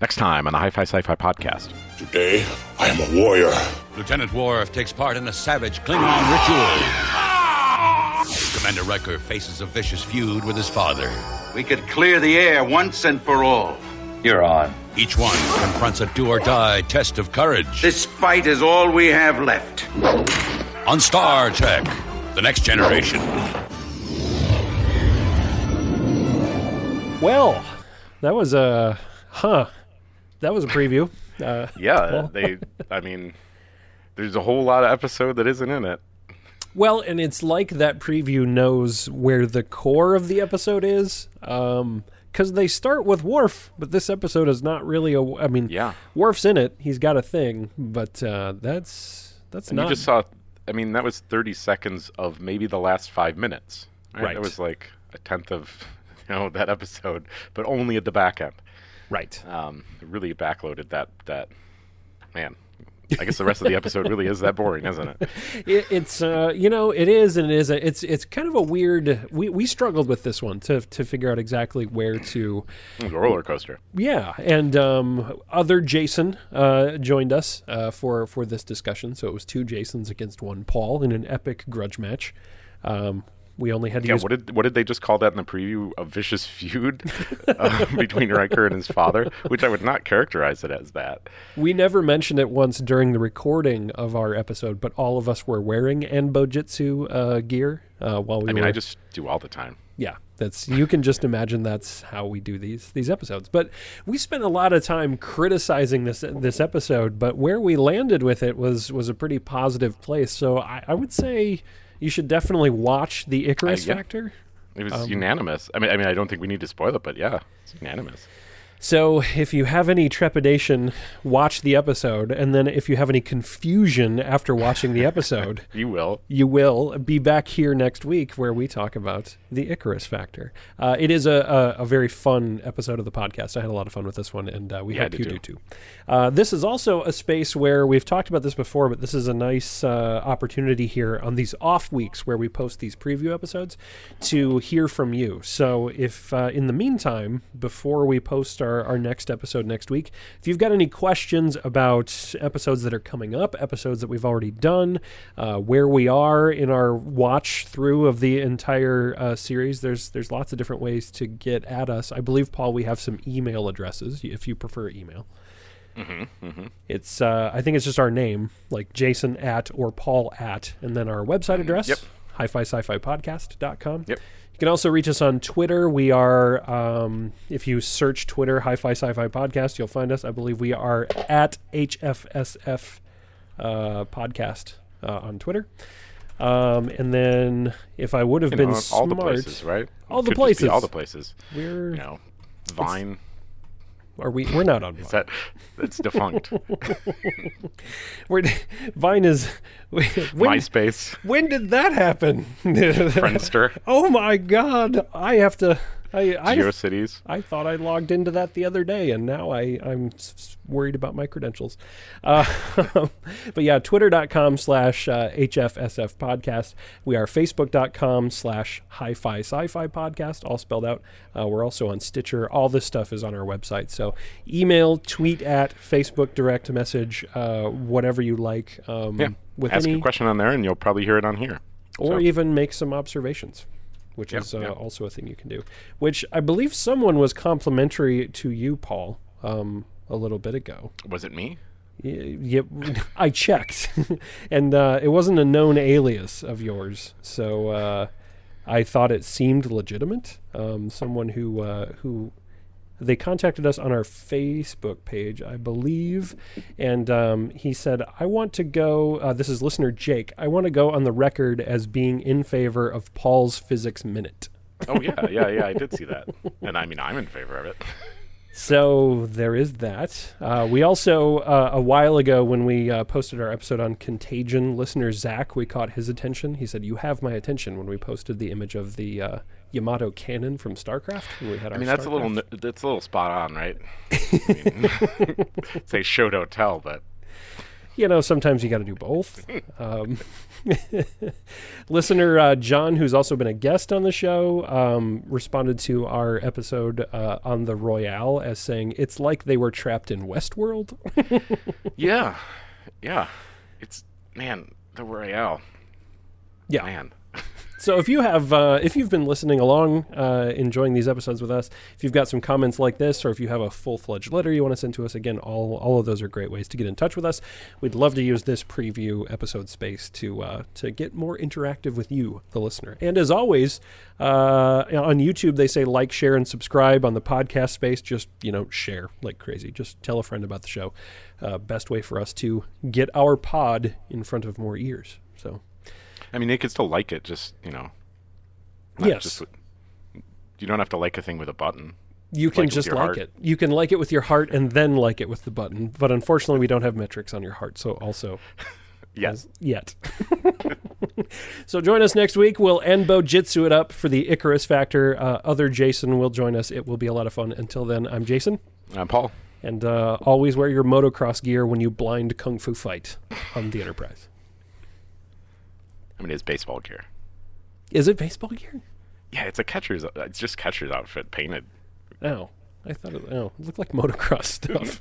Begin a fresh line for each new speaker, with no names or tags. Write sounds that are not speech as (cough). Next time on the Hi Fi Sci Fi Podcast.
Today, I am a warrior.
Lieutenant Worf takes part in a savage Klingon ritual. Commander Riker faces a vicious feud with his father.
We could clear the air once and for all.
You're on.
Each one confronts a do or die test of courage.
This fight is all we have left.
On Star Trek The Next Generation.
Well, that was a huh. That was a preview. Uh,
Yeah, they. I mean, there's a whole lot of episode that isn't in it.
well, and it's like that preview knows where the core of the episode is. Um, because they start with Worf, but this episode is not really a. I mean,
Yeah.
Worf's in it. He's got a thing, but uh, that's that's
And
not
you just saw. I mean, that was 30 seconds of maybe the last five minutes.
Right.
It was like a tenth of (laughs) you know that episode, but only at the back end.
right.
Um, it really backloaded that that. Man, I guess the rest of the episode really is that boring, isn't it?
it, it's uh, you know it is and it isn't. It's it's kind of a weird. We, we struggled with this one to to figure out exactly where to.
It was a roller coaster.
Yeah, and um, other Jason uh, joined us uh, for for this discussion. So it was two Jasons against one Paul in an epic grudge match. Um, we only had to
Yeah,
use
what did what did they just call that in the preview? A vicious feud (laughs) uh, between Riker and his father, which I would not characterize it as that.
We never mentioned it once during the recording of our episode, but all of us were wearing Anbojitsu uh, gear uh, while we
I mean,
were.
I just do all the time.
yeah, that's you can just imagine that's how we do these these episodes. But we spent a lot of time criticizing this this episode, but where we landed with it was was a pretty positive place. So I, I would say you should definitely watch the Icarus
Uh, yeah.
Factor.
It was
Um,
unanimous. I mean, I mean, I don't think we need to spoil it, but yeah, it's unanimous.
So, if you have any trepidation, watch the episode. And then, if you have any confusion after watching the episode,
You will.
you will be back here next week where we talk about the Icarus Factor. Uh, it is a, a, a very fun episode of the podcast. I had a lot of fun with this one, and uh, we
Yeah, I
hope
did
you
too.
do too. Uh, this is also a space where we've talked about this before, but this is a nice uh, opportunity here on these off weeks where we post these preview episodes to hear from you. So, if uh, in the meantime, before we post our, our next episode next week, if you've got any questions about episodes that are coming up, episodes that we've already done, uh, where we are in our watch through of the entire uh, series, there's there's lots of different ways to get at us. I believe, Paul, we have some email addresses if you prefer email. It's uh, I think it's just our name, like Jason at or Paul at, and then our website address.
Mm-hmm. Yep.
Hi-fi sci-fi podcast.com.
Yep.
You can also reach us on Twitter. We are, um, if you search Twitter, Hi-Fi Sci-Fi Podcast, you'll find us. I believe we are at HFSF uh, Podcast uh, on Twitter. Um, and then if I would have
You
been
know, all
smart,
the places, right?
All
Could just
the
be
places.
All the places.
we're
You know, Vine.
are we we're not on Vine.
Is that that's defunct.
We're, (laughs) Vine is (laughs) when,
MySpace,
when did that happen? (laughs)
Friendster,
Oh my god! I have to. I I,
GeoCities.
I thought I logged into that the other day, and now I I'm s- s- worried about my credentials. Uh, (laughs) but yeah, twitter.com slash uh, hfsf podcast. We are facebook.com slash hi-fi sci-fi podcast, all spelled out. Uh, we're also on Stitcher. All this stuff is on our website. So email, tweet at, Facebook direct message, uh, whatever you like. Um,
Yeah.
With
Ask
any
a question on there, and you'll probably hear it on here.
or
So-
even make some observations, which
Yeah,
is uh,
yeah.
also a thing you can do. Which I believe someone was complimentary to you, Paul, um, a little bit ago.
Was it me?
Y- Yep, (laughs) I checked, (laughs) and uh, it wasn't a known alias of yours, so uh, I thought it seemed legitimate. Um, someone who uh, who they contacted us on our Facebook page, I believe, and um, he said, "I want to go." Uh, this is listener Jake. I want to go on the record as being in favor of Paul's physics minute.
Oh yeah, yeah, yeah. I did see
(laughs)
that, and I mean, I'm in favor of it.
So there is that. Uh, we also, uh, a while ago, when we uh, posted our episode on Contagion, listener Zach, we caught his attention. He said, "You have my attention." When we posted the image of the uh, Yamato cannon from StarCraft, when we had our
I mean, that's a little
StarCraft.
n- that's (laughs)
(laughs)
a little spot on, right? I mean, say show don't tell, but
you know, sometimes you got to
(laughs)
do both. Um, (laughs) listener uh, John, who's also been a guest on the show, um, responded to our episode uh, on the Royale as saying, It's like they were trapped in Westworld.
Yeah, yeah. It's man, the Royale.
Yeah.
man.
So if you have, uh, if you've been listening along, uh, enjoying these episodes with us, if you've got some comments like this, or if you have a full-fledged letter you want to send to us, again, all all of those are great ways to get in touch with us. We'd love to use this preview episode space to uh, to get more interactive with you, the listener. And as always, uh, on YouTube they say like, share, and subscribe. On the podcast space, just you know share like crazy. Just tell a friend about the show. Uh, best way for us to get our pod in front of more ears. So
I mean, they could still like it. Just you know, not
Yes.
Just, with- you don't have to like a thing with a button.
You can
Like it with
just
your
like
heart.
it. You can like it with your heart and then like it with the button. But unfortunately, we don't have metrics on your heart, so also
Yes.
yet. (laughs) so join us next week. We'll end Bojitsu it up for the Icarus Factor. Uh, other Jason will join us. It will be a lot of fun. Until then, I'm Jason.
Uh, Paul.
And uh, always wear your motocross gear when you blind kung fu fight on the Enterprise.
I mean, it's baseball gear.
Is it baseball gear?
Yeah, it's a catcher's. It's just catcher's outfit painted.
(laughs) Oh, I thought it, oh, it looked like motocross stuff.